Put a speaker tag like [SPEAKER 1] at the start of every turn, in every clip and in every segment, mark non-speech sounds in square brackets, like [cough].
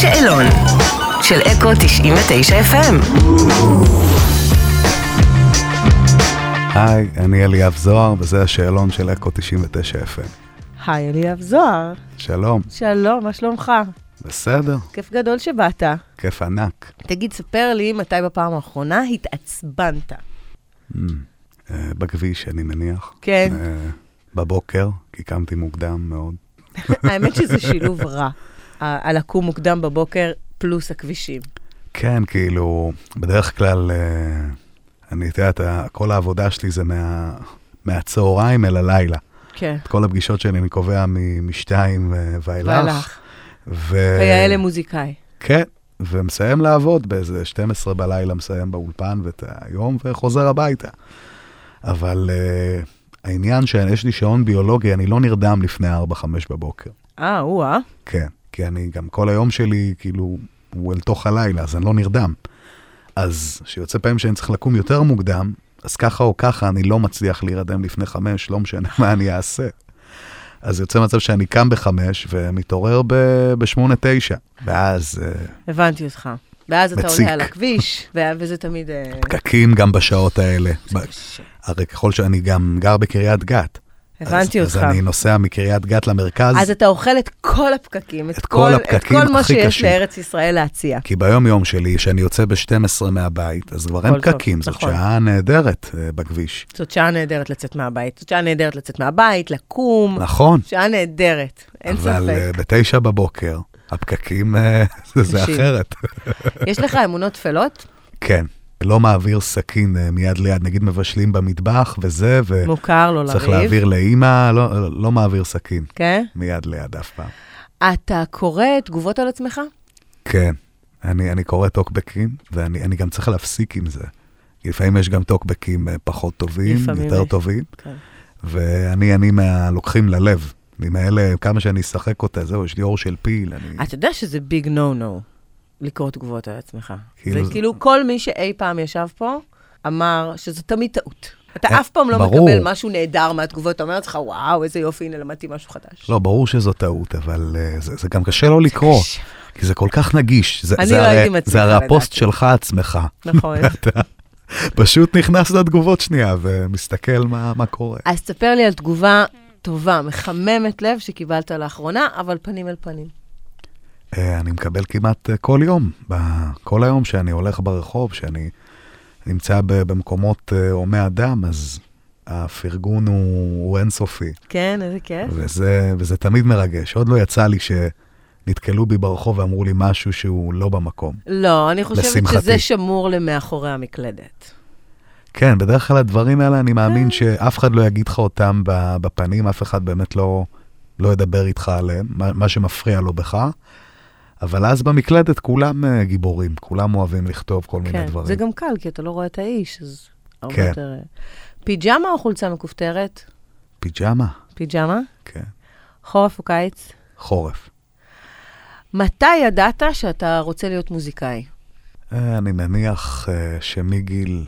[SPEAKER 1] שאלון של אקו 99 FM.
[SPEAKER 2] היי, אני אליאב זוהר, וזה השאלון של אקו 99 FM.
[SPEAKER 3] היי, אליאב זוהר.
[SPEAKER 2] שלום,
[SPEAKER 3] שלום, מה שלומך?
[SPEAKER 2] בסדר?
[SPEAKER 3] כיף גדול שבאת.
[SPEAKER 2] כיף ענק.
[SPEAKER 3] תגיד, ספר לי מתי בפעם האחרונה התעצבנת.
[SPEAKER 2] Mm. אה, בכביש, אני מניח. [laughs]
[SPEAKER 3] כן.
[SPEAKER 2] אה, בבוקר, כי קמתי מוקדם מאוד.
[SPEAKER 3] האמת שזה שילוב רע, ה- הלקום מוקדם בבוקר פלוס הכבישים.
[SPEAKER 2] כן, כאילו, בדרך כלל, אה, אני, את יודעת, ה- כל העבודה שלי זה מה, מהצהריים אל הלילה.
[SPEAKER 3] כן.
[SPEAKER 2] את כל הפגישות שלי אני קובע מ- משתיים אה, ואילך.
[SPEAKER 3] והלך.
[SPEAKER 2] ו...
[SPEAKER 3] כיאה למוזיקאי.
[SPEAKER 2] כן, ומסיים לעבוד באיזה 12 בלילה, מסיים באולפן ואת היום, וחוזר הביתה. אבל uh, העניין שיש לי שעון ביולוגי, אני לא נרדם לפני 4-5 בבוקר.
[SPEAKER 3] אה, או-אה.
[SPEAKER 2] כן, כי אני גם כל היום שלי, כאילו, הוא אל תוך הלילה, אז אני לא נרדם. אז שיוצא פעמים שאני צריך לקום יותר מוקדם, אז ככה או ככה אני לא מצליח להירדם לפני חמש, לא משנה [laughs] מה אני אעשה. אז יוצא מצב שאני קם בחמש ומתעורר ב- בשמונה-תשע, ואז... אה,
[SPEAKER 3] הבנתי אותך. ואז אתה
[SPEAKER 2] מציק.
[SPEAKER 3] עולה על
[SPEAKER 2] [laughs]
[SPEAKER 3] הכביש, ו- וזה תמיד... אה,
[SPEAKER 2] פקקים גם בשעות האלה. ב-
[SPEAKER 3] קשה.
[SPEAKER 2] הרי ככל שאני גם גר בקריית גת. אז-
[SPEAKER 3] הבנתי אותך.
[SPEAKER 2] אז אני נוסע מקריית גת למרכז,
[SPEAKER 3] אז אתה אוכל את כל הפקקים, את
[SPEAKER 2] את כל
[SPEAKER 3] כל את
[SPEAKER 2] הפקקים
[SPEAKER 3] כל מה
[SPEAKER 2] הכי
[SPEAKER 3] שיש
[SPEAKER 2] קשים.
[SPEAKER 3] לארץ ישראל להציע.
[SPEAKER 2] כי ביום-יום שלי, כשאני יוצא ב-12 מהבית, אז כבר
[SPEAKER 3] הכל
[SPEAKER 2] אין
[SPEAKER 3] טוב,
[SPEAKER 2] פקקים, זאת
[SPEAKER 3] נכון.
[SPEAKER 2] שעה נהדרת אה, בכביש.
[SPEAKER 3] זאת שעה נהדרת לצאת מהבית. זאת שעה נהדרת לצאת מהבית, לקום.
[SPEAKER 2] נכון,
[SPEAKER 3] שעה נהדרת, אין
[SPEAKER 2] אבל אה,
[SPEAKER 3] ספק.
[SPEAKER 2] בתשע בבוקר, הפקקים אה, [laughs] זה- זה
[SPEAKER 3] קשים.
[SPEAKER 2] אחרת. [laughs] אה,
[SPEAKER 3] יש לך אמונות טפלות?
[SPEAKER 2] כן, לא מעביר סכין אה, מיד ליד, נגיד מבשלים במטבח וזה, וצריך
[SPEAKER 3] מוכר, לא לריב.
[SPEAKER 2] אה, להעביר לאימא, לא- לא מעביר סכין
[SPEAKER 3] כן?
[SPEAKER 2] מיד ליד אף פעם.
[SPEAKER 3] אתה קורא תגובות על עצמך?
[SPEAKER 2] כן, אני, אני קורא טוקבקים, ואני אני גם צריך להפסיק עם זה. כי לפעמים יש גם טוקבקים אה, פחות טובים,
[SPEAKER 3] לפעמים
[SPEAKER 2] יותר
[SPEAKER 3] יש.
[SPEAKER 2] טובים,
[SPEAKER 3] כן.
[SPEAKER 2] ואני אני מהלוקחים ללב. אני מאלה, כמה שאני אשחק אותה, זהו, יש לי אור של פיל, אני...
[SPEAKER 3] אתה יודע שזה ביג נו נו, לקרוא תגובות על עצמך.
[SPEAKER 2] כאילו
[SPEAKER 3] זה
[SPEAKER 2] זה-
[SPEAKER 3] כאילו כל מי שאי פעם ישב פה, אמר שזה תמיד טעות. אתה
[SPEAKER 2] אה,
[SPEAKER 3] אף פעם לא
[SPEAKER 2] ברור.
[SPEAKER 3] מקבל משהו נהדר מהתגובות, אתה אומר לעצמך, וואו, איזה יופי, הנה למדתי משהו חדש.
[SPEAKER 2] לא, ברור שזו טעות, אבל אה, זה, זה גם קשה לא לקרוא,
[SPEAKER 3] קשה.
[SPEAKER 2] כי זה כל כך נגיש. זה,
[SPEAKER 3] אני
[SPEAKER 2] זה
[SPEAKER 3] לא
[SPEAKER 2] הרי,
[SPEAKER 3] הייתי מצליחה,
[SPEAKER 2] זה הרי
[SPEAKER 3] לדעתי.
[SPEAKER 2] הפוסט שלך עצמך.
[SPEAKER 3] נכון.
[SPEAKER 2] אתה פשוט נכנס לתגובות שנייה ומסתכל מה, מה קורה.
[SPEAKER 3] אז ספר לי על תגובה טובה, מחממת לב, שקיבלת לאחרונה, אבל פנים אל פנים.
[SPEAKER 2] אה, אני מקבל כמעט אה, כל יום, ב- כל היום שאני הולך ברחוב, שאני נמצא ב- במקומות אה, הומי אדם, אז הפרגון הוא, הוא אינסופי,
[SPEAKER 3] כן, איזה כיף.
[SPEAKER 2] וזה, וזה תמיד מרגש. עוד לא יצא לי שנתקלו בי ברחוב ואמרו לי משהו שהוא לא במקום.
[SPEAKER 3] לא, אני חושבת
[SPEAKER 2] לשמחתי.
[SPEAKER 3] שזה שמור למאחורי המקלדת.
[SPEAKER 2] כן, בדרך כלל הדברים האלה, אני מאמין
[SPEAKER 3] אה.
[SPEAKER 2] שאף אחד לא יגיד לך אותם ב- בפנים, אף אחד באמת לא, לא ידבר איתך עליהם, מה, מה שמפריע לו בך. אבל אז במקלדת כולם אה, גיבורים, כולם אוהבים לכתוב כל מיני
[SPEAKER 3] כן,
[SPEAKER 2] דברים.
[SPEAKER 3] זה גם קל, כי אתה לא רואה את האיש, אז הרבה
[SPEAKER 2] כן.
[SPEAKER 3] יותר... אה, פיג'מה או חולצה מכופתרת?
[SPEAKER 2] פיג'מה,
[SPEAKER 3] פיג'מה?
[SPEAKER 2] כן.
[SPEAKER 3] חורף או קיץ?
[SPEAKER 2] חורף.
[SPEAKER 3] מתי ידעת שאתה רוצה להיות מוזיקאי?
[SPEAKER 2] אה, אני מניח אה, שמגיל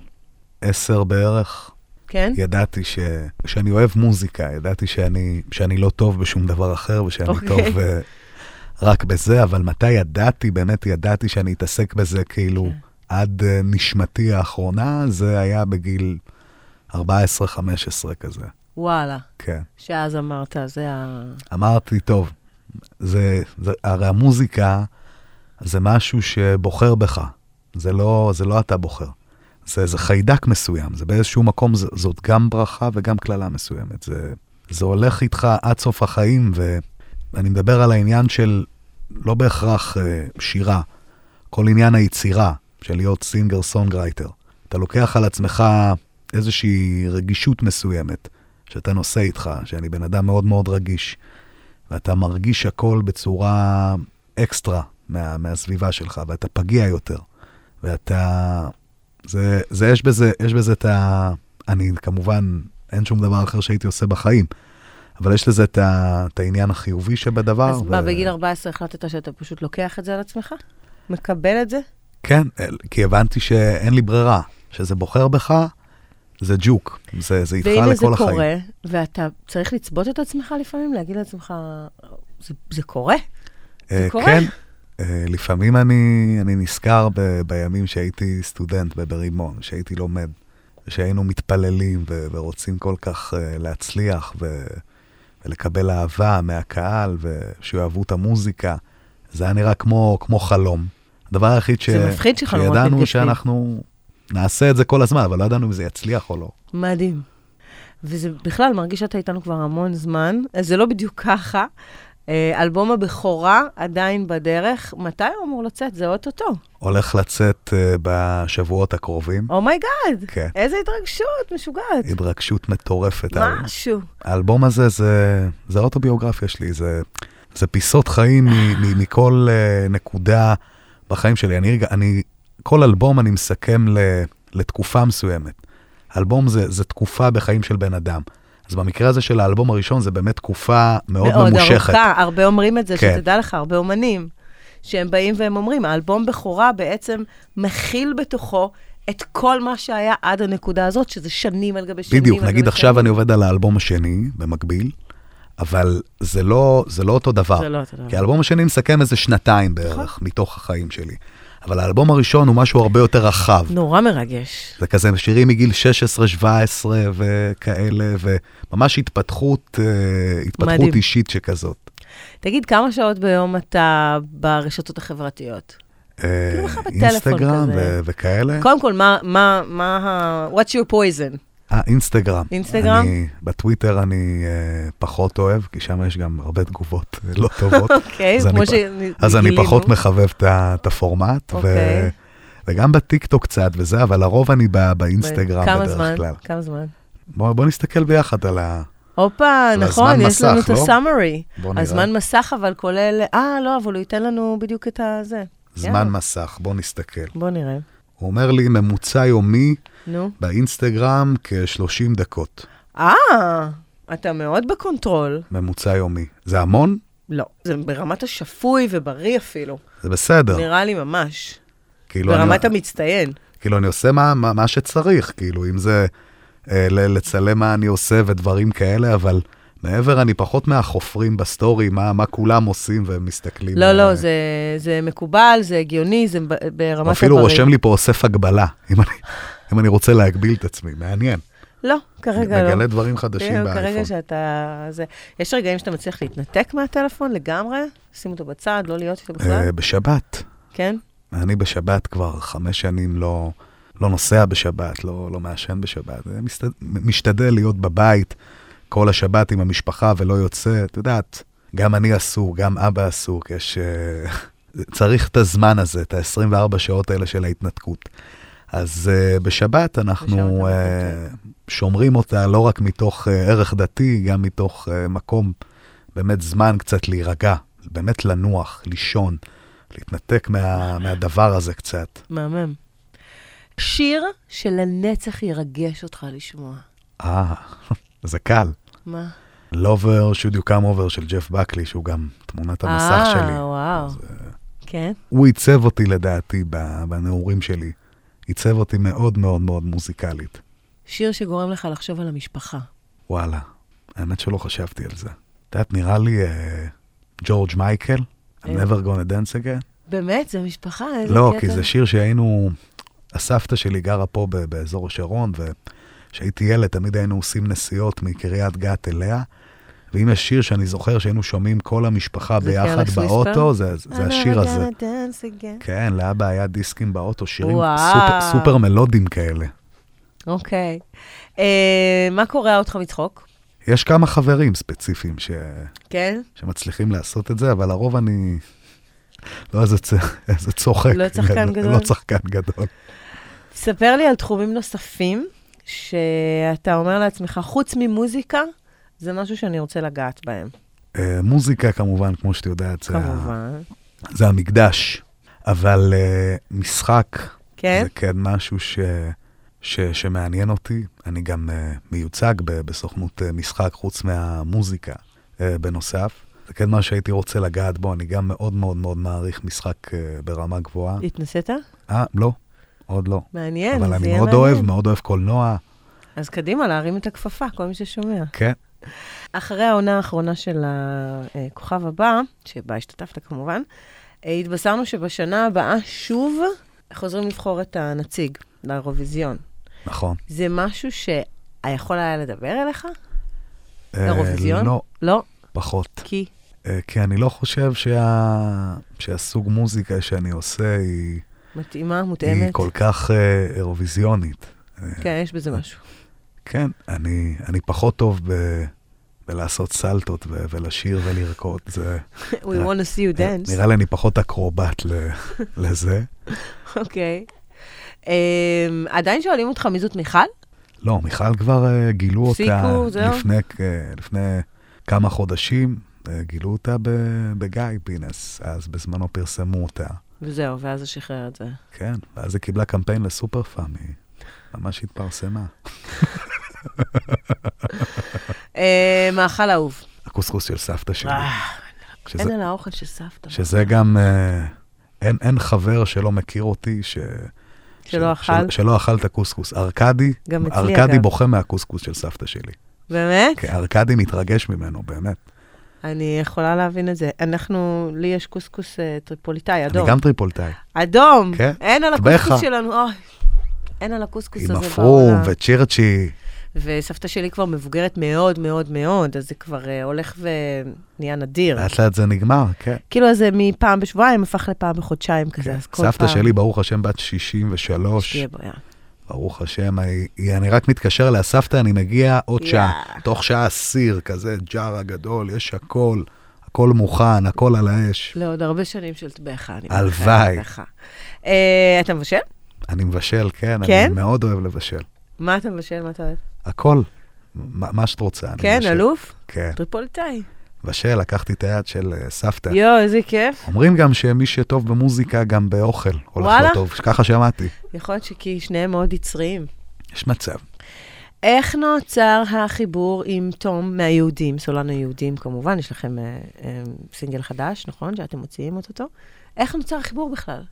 [SPEAKER 2] עשר בערך
[SPEAKER 3] כן?
[SPEAKER 2] ידעתי ש... שאני אוהב מוזיקה, ידעתי שאני, שאני לא טוב בשום דבר אחר ושאני okay.
[SPEAKER 3] אוקיי.
[SPEAKER 2] טוב אה, רק בזה, אבל מתי ידעתי, באמת ידעתי שאני אתעסק בזה כאילו
[SPEAKER 3] כן.
[SPEAKER 2] עד אה, נשמתי האחרונה, זה היה בגיל 14-15 כזה,
[SPEAKER 3] וואלה.
[SPEAKER 2] כן.
[SPEAKER 3] שאז אמרת, זה ה...
[SPEAKER 2] אמרתי, טוב, זה, זה, הרי המוזיקה זה משהו שבוחר בך, זה לא, זה לא אתה בוחר. זה, זה חיידק מסוים, זה באיזשהו מקום, ז, זאת גם ברכה וגם קללה מסוימת. זה, זה הולך איתך עד סוף החיים, ואני מדבר על העניין של לא בהכרח אה, שירה, כל עניין היצירה של להיות סינגר סונגרייטר. אתה לוקח על עצמך איזושהי רגישות מסוימת שאתה נושא איתך, שאני בן אדם מאוד מאוד רגיש, ואתה מרגיש הכל בצורה אקסטרה מה, מהסביבה שלך, ואתה פגיע יותר, ואתה... זה, זה, יש בזה, יש בזה את ה... אני כמובן, אין שום דבר אחר שהייתי עושה בחיים, אבל יש לזה את, ה, את העניין החיובי שבדבר.
[SPEAKER 3] אז מה, בגיל 14 החלטת שאתה פשוט לוקח את זה על עצמך? מקבל את זה?
[SPEAKER 2] כן, כי הבנתי שאין לי ברירה, שזה בוחר בך, זה ג'וק, זה, זה איתך
[SPEAKER 3] והנה זה
[SPEAKER 2] לכל החיים.
[SPEAKER 3] קורה, ואתה צריך לצבות את עצמך לפעמים, להגיד לעצמך, "זה- זה קורה?
[SPEAKER 2] אה,
[SPEAKER 3] קורה.
[SPEAKER 2] כן, אה, לפעמים אני, אני נזכר ב, בימים שהייתי סטודנט בברימון, שהייתי לומד, שהיינו מתפללים ו, ורוצים כל כך אה, להצליח ו, ולקבל אהבה מהקהל ושאוהבו את המוזיקה. זה היה נראה כמו, כמו חלום. הדבר היחיד ש...
[SPEAKER 3] זה מפחיד שחלומות
[SPEAKER 2] שידענו
[SPEAKER 3] מתגשמים.
[SPEAKER 2] שאנחנו נעשה את זה כל הזמן, אבל לא ידענו אם זה יצליח או לא.
[SPEAKER 3] מדהים. וזה בכלל מרגיש שאתה איתנו כבר המון זמן, אז זה לא בדיוק ככה. אה, אלבום הבכורה עדיין בדרך, מתי הוא אמור לצאת? זה אוטוטו.
[SPEAKER 2] הולך לצאת אה, בשבועות הקרובים.
[SPEAKER 3] אומייגאד,
[SPEAKER 2] כן.
[SPEAKER 3] Oh
[SPEAKER 2] אה,
[SPEAKER 3] איזה התרגשות, משוגעת.
[SPEAKER 2] התרגשות מטורפת. האל-
[SPEAKER 3] משהו.
[SPEAKER 2] האלבום הזה זה, זה האוטוביוגרפיה שלי, זה, זה פיסות חיים מ- מ- מכל אה, נקודה בחיים שלי. אני, רגע- אני, כל אלבום אני מסכם ל, לתקופה מסוימת. אלבום זה, זה תקופה בחיים של בן אדם. אז במקרה הזה של האלבום הראשון, זה באמת תקופה מאוד, ממושכת.
[SPEAKER 3] ארוכה, הרבה אומרים את זה,
[SPEAKER 2] כן.
[SPEAKER 3] שתדע לך, הרבה אומנים, שהם באים והם אומרים, האלבום בכורה בעצם מכיל בתוכו את כל מה שהיה עד הנקודה הזאת, שזה שנים על גבי שנים.
[SPEAKER 2] בדיוק,
[SPEAKER 3] על גבי
[SPEAKER 2] נגיד
[SPEAKER 3] שנים.
[SPEAKER 2] עכשיו אני עובד על האלבום השני, במקביל, אבל זה לא, זה לא אותו דבר.
[SPEAKER 3] זה לא נכון. אותו דבר.
[SPEAKER 2] כי האלבום השני מסכם איזה שנתיים בערך מתוך החיים שלי. אבל האלבום הראשון הוא משהו הרבה יותר רחב.
[SPEAKER 3] נורא מרגש.
[SPEAKER 2] זה כזה שירים מגיל 16-17 וכאלה, וממש התפתחות, אה,
[SPEAKER 3] מדהים.
[SPEAKER 2] התפתחות אישית שכזאת.
[SPEAKER 3] תגיד, כמה שעות ביום אתה ברשתות החברתיות?
[SPEAKER 2] אה,
[SPEAKER 3] כאילו לך בטלפון
[SPEAKER 2] אינסטגרם
[SPEAKER 3] כזה.
[SPEAKER 2] ו- וכאלה.
[SPEAKER 3] קודם כל, מה, מה, מה, ה- what's your poison?
[SPEAKER 2] אה, אינסטגרם.
[SPEAKER 3] אינסטגרם?
[SPEAKER 2] אני- בטוויטר אני אה, פחות אוהב, כי שם יש גם הרבה תגובות אה, לא טובות.
[SPEAKER 3] [laughs] אוקיי,
[SPEAKER 2] אז אני
[SPEAKER 3] כמו
[SPEAKER 2] פ-
[SPEAKER 3] שגילינו.
[SPEAKER 2] אז אני פחות מחבב את ה- את הפורמט, ו-
[SPEAKER 3] אוקיי.
[SPEAKER 2] וגם בטיקטוק קצת וזה, אבל לרוב אני ב- באינסטגרם
[SPEAKER 3] כמה
[SPEAKER 2] בדרך
[SPEAKER 3] זמן?
[SPEAKER 2] כלל.
[SPEAKER 3] כמה זמן?
[SPEAKER 2] בוא בוא נסתכל ביחד על ה...
[SPEAKER 3] הופה,
[SPEAKER 2] על
[SPEAKER 3] נכון,
[SPEAKER 2] הזמן
[SPEAKER 3] יש לנו
[SPEAKER 2] מסך,
[SPEAKER 3] את
[SPEAKER 2] לא?
[SPEAKER 3] הסאמרי.
[SPEAKER 2] בוא נראה.
[SPEAKER 3] הזמן מסך, אבל כולל... אה, לא, אבל הוא ייתן לנו בדיוק את הזה.
[SPEAKER 2] זמן
[SPEAKER 3] יאללה.
[SPEAKER 2] מסך, בוא נסתכל.
[SPEAKER 3] בוא נראה.
[SPEAKER 2] הוא אומר לי, ממוצע יומי
[SPEAKER 3] נו.
[SPEAKER 2] באינסטגרם כ-30 דקות.
[SPEAKER 3] אה, אתה מאוד בקונטרול.
[SPEAKER 2] ממוצע יומי. זה המון?
[SPEAKER 3] לא, זה ברמת השפוי ובריא אפילו.
[SPEAKER 2] זה בסדר.
[SPEAKER 3] נראה לי ממש.
[SPEAKER 2] לא. כאילו, אני-
[SPEAKER 3] ברמת המצטיין.
[SPEAKER 2] כאילו, אני עושה מה, מה, מה שצריך, כאילו, אם זה אה, ל- לצלם מה אני עושה ודברים כאלה, אבל מעבר, אני פחות מהחופרים בסטורי, מה, מה כולם עושים והם מסתכלים.
[SPEAKER 3] לא,
[SPEAKER 2] אה,
[SPEAKER 3] לא, זה- זה מקובל, זה הגיוני, זה ב- ברמת
[SPEAKER 2] הוא
[SPEAKER 3] הבריא.
[SPEAKER 2] אפילו רושם לי פה אוסף הגבלה, [laughs] אם אני, אם אני רוצה להגביל את עצמי, מעניין.
[SPEAKER 3] לא, כרגע לא.
[SPEAKER 2] מגלה דברים חדשים
[SPEAKER 3] בדיוק,
[SPEAKER 2] באייפון.
[SPEAKER 3] כרגע שאתה... זה- יש רגעים שאתה מצליח להתנתק מהטלפון לגמרי, שים אותו בצד, לא להיות איתו בכלל,
[SPEAKER 2] אה, בשבת,
[SPEAKER 3] כן?
[SPEAKER 2] אני בשבת כבר חמש שנים לא, לא נוסע בשבת, לא, לא מעשן בשבת. אני מסת- משתדל להיות בבית כל השבת עם המשפחה ולא יוצא. את יודעת, גם אני אסור, גם אבא אסור, כי יש... אה, [laughs] צריך את הזמן הזה, את ה-24 שעות האלה של ההתנתקות. אז uh, בשבת אנחנו
[SPEAKER 3] ושם
[SPEAKER 2] uh,
[SPEAKER 3] אתה
[SPEAKER 2] שומרים אותה לא רק מתוך uh, ערך דתי, גם מתוך uh, מקום, באמת זמן קצת להירגע, באמת לנוח, לישון, להתנתק מה, מהדבר הזה קצת.
[SPEAKER 3] מהמם. שיר שלנצח ירגש אותך לשמוע.
[SPEAKER 2] אה, [laughs] זה קל.
[SPEAKER 3] מה?
[SPEAKER 2] Lover, should you come over של ג'ף בקלי, שהוא גם תמונת המסך שלי.
[SPEAKER 3] אה, וואו. כן?
[SPEAKER 2] הוא עיצב אותי לדעתי ב- בנעורים שלי. עיצב אותי מאוד מאוד מאוד מוזיקלית.
[SPEAKER 3] שיר שגורם לך לחשוב על המשפחה.
[SPEAKER 2] וואלה, האמת שלא חשבתי על זה. את יודעת, נראה לי אה, ג'ורג' מייקל, I'm
[SPEAKER 3] אה.
[SPEAKER 2] never gonna dance again.
[SPEAKER 3] באמת? זה משפחה? איזה
[SPEAKER 2] לא,
[SPEAKER 3] קטע.
[SPEAKER 2] כי זה שיר שהיינו, הסבתא שלי גרה פה ב- באזור השרון, וכשהייתי ילד תמיד היינו עושים נסיעות מקריית גת אליה. ואם יש שיר שאני זוכר שהיינו שומעים כל המשפחה
[SPEAKER 3] זה אה,
[SPEAKER 2] ביחד
[SPEAKER 3] קרלס ויספר?
[SPEAKER 2] באוטו, זה,
[SPEAKER 3] לא,
[SPEAKER 2] זה
[SPEAKER 3] [laughs]
[SPEAKER 2] השיר הזה.
[SPEAKER 3] I'm never gonna dance again.
[SPEAKER 2] כן, לאבא היה דיסקים באוטו, שירים
[SPEAKER 3] וואו.
[SPEAKER 2] סופר, סופר מלודים כאלה.
[SPEAKER 3] אוקיי. אה, מה קורע אותך מצחוק?
[SPEAKER 2] יש כמה חברים ספציפיים ש...
[SPEAKER 3] כן?
[SPEAKER 2] שמצליחים לעשות את זה, אבל לרוב אני... לא איזה, צ... איזה צוחק.
[SPEAKER 3] לא צחקן גדול?
[SPEAKER 2] [laughs] לא צחקן גדול.
[SPEAKER 3] ספר לי על תחומים נוספים שאתה אומר לעצמך, חוץ ממוזיקה, זה משהו שאני רוצה לגעת בהם.
[SPEAKER 2] אה, מוזיקה כמובן, כמו שאת יודעת, זה, ה...
[SPEAKER 3] כמובן.
[SPEAKER 2] זה המקדש. אבל אה, משחק
[SPEAKER 3] כן?
[SPEAKER 2] זה כן משהו ש... ש... שמעניין אותי. אני גם אה, מיוצג ב... בסוכנות אה, משחק חוץ מהמוזיקה אה, בנוסף. זה כן מה שהייתי רוצה לגעת בו, אני גם מאוד מאוד מאוד מעריך משחק אה, ברמה גבוהה.
[SPEAKER 3] התנסית?
[SPEAKER 2] אה, לא, עוד לא.
[SPEAKER 3] מעניין,
[SPEAKER 2] אבל
[SPEAKER 3] כן, זה
[SPEAKER 2] אני
[SPEAKER 3] יהיה
[SPEAKER 2] מאוד
[SPEAKER 3] מעניין.
[SPEAKER 2] אוהב, מאוד אוהב קולנוע.
[SPEAKER 3] אז קדימה, להרים את הכפפה, כל מי ששומע.
[SPEAKER 2] כן.
[SPEAKER 3] אחרי העונה האחרונה של הכוכב הבא, שבה השתתפת כמובן, אה, התבשרנו שבשנה הבאה שוב חוזרים לבחור את הנציג לאירוויזיון.
[SPEAKER 2] נכון.
[SPEAKER 3] זה משהו שיכול היה לדבר אליך?
[SPEAKER 2] אה,
[SPEAKER 3] לאירוויזיון?
[SPEAKER 2] לא,
[SPEAKER 3] לא,
[SPEAKER 2] פחות.
[SPEAKER 3] כי...
[SPEAKER 2] אה, כי אני לא חושב שה... שהסוג מוזיקה שאני עושה היא,
[SPEAKER 3] מתאימה,
[SPEAKER 2] היא
[SPEAKER 3] מותאמת.
[SPEAKER 2] כל כך אה, אירוויזיונית. אה,
[SPEAKER 3] כן, יש בזה
[SPEAKER 2] [laughs]
[SPEAKER 3] משהו.
[SPEAKER 2] כן, אני, אני פחות טוב ב... בלעשות סלטות ו- ולשיר ולרקוד, זה...
[SPEAKER 3] We want to see you dance.
[SPEAKER 2] נראה לי אני פחות אקרובט ל- [laughs] לזה.
[SPEAKER 3] אוקיי. אמ, עדיין שואלים אותך מי זאת מיכל?
[SPEAKER 2] לא, מיכל כבר אה, גילו אותה
[SPEAKER 3] הפסיקו, זהו?
[SPEAKER 2] לפני, אה, לפני כמה חודשים, אה, גילו אותה ב- בגיא פינס, אז בזמנו פרסמו אותה.
[SPEAKER 3] וזהו, ואז זה שחרר את זה.
[SPEAKER 2] כן, ואז היא קיבלה קמפיין לסופר פאם, היא ממש התפרסמה.
[SPEAKER 3] אה, מאכל אהוב.
[SPEAKER 2] הקוסקוס של סבתא שלי.
[SPEAKER 3] אה,
[SPEAKER 2] שזה-
[SPEAKER 3] אין על האוכל של סבתא.
[SPEAKER 2] שזה גם, אה, אין, אין חבר שלא מכיר אותי ש...
[SPEAKER 3] שלא
[SPEAKER 2] ש-
[SPEAKER 3] אכל.
[SPEAKER 2] של, שלא אכל את הקוסקוס. ארקדי,
[SPEAKER 3] גם אצלי,
[SPEAKER 2] ארקדי
[SPEAKER 3] אגב.
[SPEAKER 2] בוכה מהקוסקוס של סבתא שלי.
[SPEAKER 3] באמת?
[SPEAKER 2] כן, ארקדי מתרגש ממנו, באמת.
[SPEAKER 3] אני יכולה להבין את זה. אנחנו, לי יש קוסקוס אה, טריפוליטאי, אדום.
[SPEAKER 2] אני גם טריפולטאי.
[SPEAKER 3] אדום!
[SPEAKER 2] כן,
[SPEAKER 3] אין על
[SPEAKER 2] טבחה.
[SPEAKER 3] הקוסקוס שלנו, אוי. אין על הקוסקוס
[SPEAKER 2] עם
[SPEAKER 3] הזה
[SPEAKER 2] אפרום
[SPEAKER 3] בעולם.
[SPEAKER 2] וצ'ירצ'י.
[SPEAKER 3] וסבתא שלי כבר מבוגרת מאוד מאוד מאוד, אז זה כבר אה, הולך ונהיה נדיר.
[SPEAKER 2] לאט לאט זה נגמר, כן.
[SPEAKER 3] כאילו אז זה מפעם בשבועיים הפך לפעם בחודשיים כזה,
[SPEAKER 2] כן.
[SPEAKER 3] אז כל פעם...
[SPEAKER 2] סבתא שלי, ברוך השם, בת 63.
[SPEAKER 3] שתהיה בריאה.
[SPEAKER 2] ברוך השם, היא- היא- אני רק מתקשר אליה, סבתא, אני מגיע עוד
[SPEAKER 3] יאה.
[SPEAKER 2] שעה. תוך שעה סיר, כזה ג'ארה גדול, יש הכל, הכל מוכן, הכל על האש.
[SPEAKER 3] לעוד הרבה שנים של טבחה, אני
[SPEAKER 2] הלוואי.
[SPEAKER 3] מאחלת לך. אה, אתה מבשל?
[SPEAKER 2] אני מבשל, כן,
[SPEAKER 3] כן?
[SPEAKER 2] אני מאוד אוהב לבשל.
[SPEAKER 3] מה אתה מבשל? מה אתה אוהב?
[SPEAKER 2] הכל, מה מה שאת רוצה, אני
[SPEAKER 3] כן,
[SPEAKER 2] מבשל.
[SPEAKER 3] אלוף?
[SPEAKER 2] כן,
[SPEAKER 3] טריפוליטאי.
[SPEAKER 2] מבשל, לקחתי את היד של אה, סבתא.
[SPEAKER 3] יואו, איזה כיף.
[SPEAKER 2] אומרים גם שמי שטוב במוזיקה, גם באוכל הולך
[SPEAKER 3] וואלה?
[SPEAKER 2] לו טוב, ככה שמעתי.
[SPEAKER 3] יכול להיות שכי שניהם מאוד יצריים.
[SPEAKER 2] יש מצב.
[SPEAKER 3] איך נוצר החיבור עם תום מהיהודים, סולן היהודים כמובן, יש לכם אה, אה, סינגל חדש, נכון? שאתם מוציאים אותו. איך נוצר החיבור בכלל?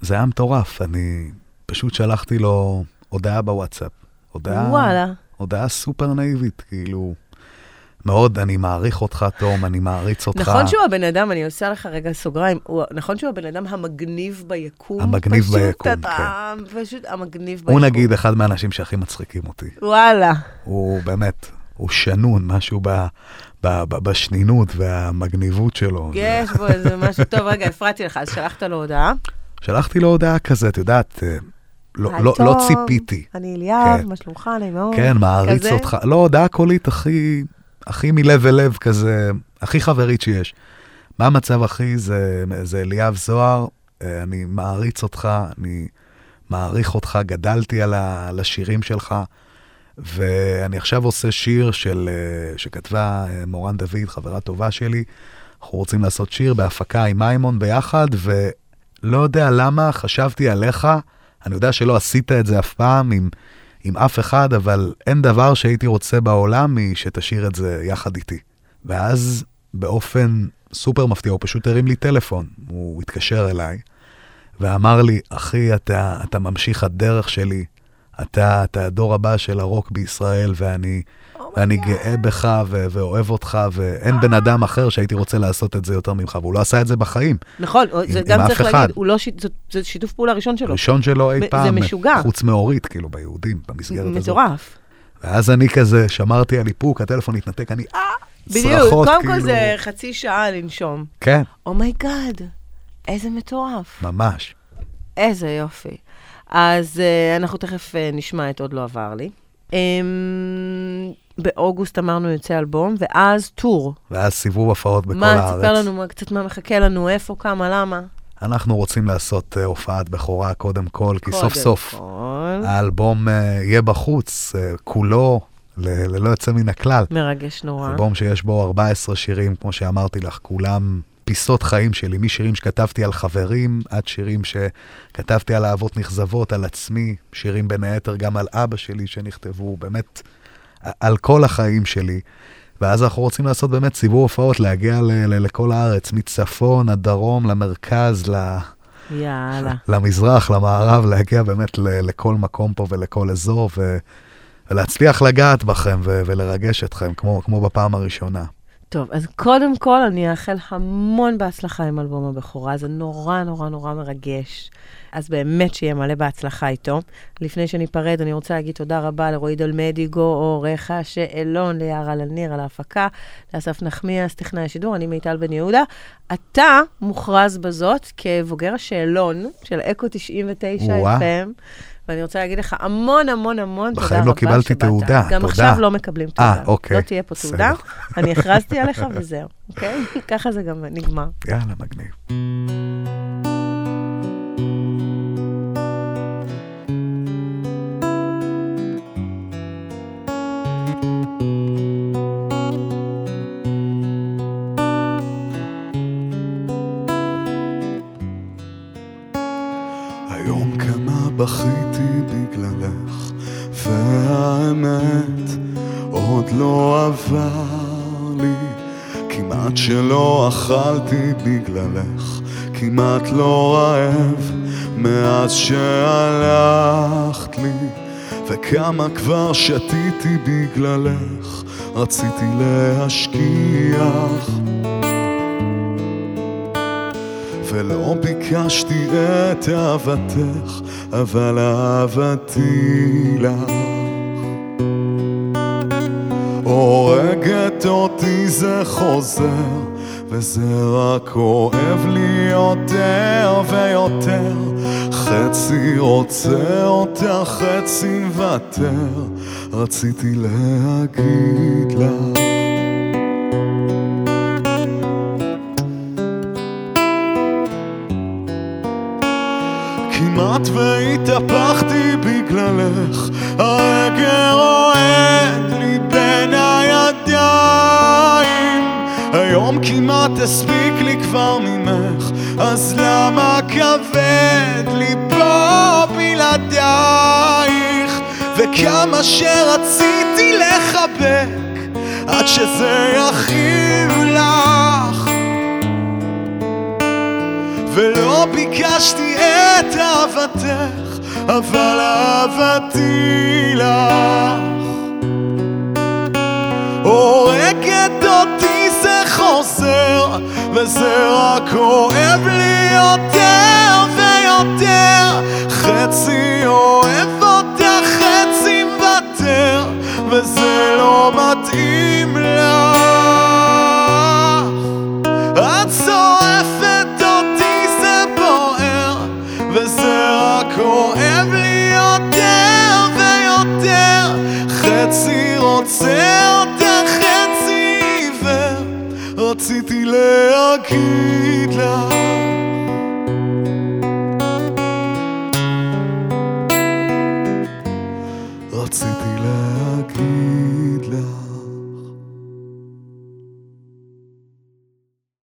[SPEAKER 2] זה היה מטורף, אני פשוט שלחתי לו הודעה בוואטסאפ. הודעה,
[SPEAKER 3] וואלה.
[SPEAKER 2] הודעה סופר נאיבית, כאילו, מאוד, אני מעריך אותך, תום, אני מעריץ אותך.
[SPEAKER 3] נכון שהוא הבן אדם, אני עושה לך רגע סוגריים, הוא- נכון שהוא הבן אדם המגניב ביקום?
[SPEAKER 2] המגניב
[SPEAKER 3] פשוט
[SPEAKER 2] ביקום, כן.
[SPEAKER 3] אתה- פשוט המגניב ביקום.
[SPEAKER 2] הוא נגיד אחד מהאנשים שהכי מצחיקים אותי.
[SPEAKER 3] וואלה.
[SPEAKER 2] הוא באמת, הוא שנון, משהו ב, ב, ב, בשנינות והמגניבות שלו. זה-
[SPEAKER 3] יש בו איזה משהו טוב. רגע, הפרעתי לך, אז שלחת לו הודעה.
[SPEAKER 2] שלחתי לו הודעה כזה, את יודעת, אה, לא,
[SPEAKER 3] היי,
[SPEAKER 2] לא, לא
[SPEAKER 3] תום,
[SPEAKER 2] ציפיתי.
[SPEAKER 3] אני אליאב,
[SPEAKER 2] כן.
[SPEAKER 3] מה שלומך? נעים מאוד.
[SPEAKER 2] כן, מעריץ
[SPEAKER 3] לא? כזה.
[SPEAKER 2] אותך. לא, הודעה קולית הכי, הכי מלב אל לב כזה, הכי חברית שיש. מה המצב, אחי? זה, זה אליאב זוהר, אה, אני מעריץ אותך, אני מעריך אותך, גדלתי על, ה, על השירים שלך, ואני עכשיו עושה שיר של, אה, שכתבה אה, מורן דוד, חברה טובה שלי. אנחנו רוצים לעשות שיר בהפקה עם מימון ביחד, ולא יודע למה חשבתי עליך. אני יודע שלא עשית את זה אף פעם עם, עם אף אחד, אבל אין דבר שהייתי רוצה בעולם משתשאיר את זה יחד איתי. ואז באופן סופר מפתיע, הוא פשוט הרים לי טלפון, הוא התקשר אליי, ואמר לי, אחי, אתה, אתה ממשיך הדרך שלי, אתה, אתה הדור הבא של הרוק בישראל, ואני,
[SPEAKER 3] Oh
[SPEAKER 2] ואני גאה בך ו- ואוהב אותך, ואין בן אדם אחר שהייתי רוצה לעשות את זה יותר ממך, והוא לא עשה את זה בחיים.
[SPEAKER 3] נכון, זה
[SPEAKER 2] עם
[SPEAKER 3] גם
[SPEAKER 2] אף
[SPEAKER 3] צריך
[SPEAKER 2] אחד.
[SPEAKER 3] להגיד, הוא לא שיט- זאת- זה שיתוף פעולה ראשון שלו.
[SPEAKER 2] הראשון שלו
[SPEAKER 3] מ-
[SPEAKER 2] אי
[SPEAKER 3] לא. זה
[SPEAKER 2] פעם,
[SPEAKER 3] משוגע.
[SPEAKER 2] חוץ מאורית, כאילו, ביהודים, במסגרת הזאת.
[SPEAKER 3] מטורף.
[SPEAKER 2] ואז אני כזה, שמרתי על איפוק, הטלפון התנתק, אני אה,
[SPEAKER 3] בדיוק,
[SPEAKER 2] צרחות,
[SPEAKER 3] קודם כל
[SPEAKER 2] כאילו.
[SPEAKER 3] זה חצי שעה לנשום.
[SPEAKER 2] כן,
[SPEAKER 3] אומייגאד, איזה מטורף.
[SPEAKER 2] ממש.
[SPEAKER 3] איזה יופי. אז אה, אנחנו תכף אה, נשמע את עוד לא עבר לי. אמ, באוגוסט אמרנו יוצא אלבום, ואז טור.
[SPEAKER 2] ואז סיבוב הופעות בכל
[SPEAKER 3] מה,
[SPEAKER 2] הארץ.
[SPEAKER 3] תספר לנו מה- קצת מה מחכה לנו, איפה, כמה, למה.
[SPEAKER 2] אנחנו רוצים לעשות אה, הופעת בכורה קודם כל, כי סוף
[SPEAKER 3] קודם
[SPEAKER 2] סוף
[SPEAKER 3] כל.
[SPEAKER 2] האלבום אה, יהיה בחוץ, אה, כולו, ל- ללא יוצא מן הכלל.
[SPEAKER 3] מרגש נורא.
[SPEAKER 2] אלבום שיש בו 14 שירים, כמו שאמרתי לך, כולם פיסות חיים שלי, משירים שכתבתי על חברים, עד שירים שכתבתי על אהבות נכזבות, על עצמי, שירים בין היתר גם על אבא שלי שנכתבו, באמת, ע- על כל החיים שלי. ואז אנחנו רוצים לעשות באמת סיבוב הופעות, להגיע ל- ל- לכל הארץ, מצפון, עד דרום, למרכז, ל-
[SPEAKER 3] יאללה.
[SPEAKER 2] למזרח, למערב, להגיע באמת ל- לכל מקום פה ולכל אזור, ו- ולהצליח לגעת בכם ו- ולרגש אתכם, כמו, כמו בפעם הראשונה.
[SPEAKER 3] טוב, אז קודם כל אני אאחל המון בהצלחה עם אלבום הבכורה, זה נורא נורא נורא מרגש. אז באמת שיהיה מלא בהצלחה איתו. לפני שניפרד, אני רוצה להגיד תודה רבה לרועי דולמדיגו, עורך השאלון, ליערה לניר על ההפקה, לאסף נחמיאס, טכנאי השידור, אני מיטל בן יהודה. אתה מוכרז בזאת כבוגר השאלון של אקו 99
[SPEAKER 4] וואה.
[SPEAKER 3] FM, ואני רוצה להגיד לך המון המון המון תודה רבה
[SPEAKER 4] בחיים לא קיבלתי
[SPEAKER 3] שבאת.
[SPEAKER 4] תעודה,
[SPEAKER 3] גם
[SPEAKER 4] תודה.
[SPEAKER 3] עכשיו לא מקבלים
[SPEAKER 4] אה,
[SPEAKER 3] תעודה.
[SPEAKER 4] אוקיי.
[SPEAKER 3] לא תהיה פה תעודה,
[SPEAKER 4] בסדר.
[SPEAKER 3] אני הכרזתי עליך וזהו, אוקיי? [laughs] ככה זה גם נגמר.
[SPEAKER 4] יאללה, מגניב.
[SPEAKER 2] היום כמה בכיתי בגללך, והאמת עוד לא עבר לי. כמעט שלא אכלתי בגללך, כמעט לא רעב מאז שהלכת לי. וכמה כבר שתיתי בגללך, רציתי להשכיח. ולא ביקשתי את אהבתך, אבל אהבתי לך. הורגת אותי זה חוזר, וזה רק כואב לי יותר ויותר. חצי רוצה אותך, חצי מוותר, רציתי להגיד לך. כמעט והתהפכתי בגללך, הרגע רועד לי בין הידיים. היום כמעט הספיק לי כבר ממך, אז למה כבד לי פה בלעדייך? וכמה שרציתי לחבק, עד שזה יכאיב לך. ולא ביקשתי את אהבתך, אבל אהבתי לך. הורגת אותי זה חוזר, וזה רק כואב לי יותר ויותר. חצי אוהב אותך, חצי מוותר, וזה לא מתאים לך. את שורפת אותי זה בוער וזה רק כואב לי יותר ויותר חצי רוצה אותך חצי עיוור רציתי להגיד לך רציתי להגיד לך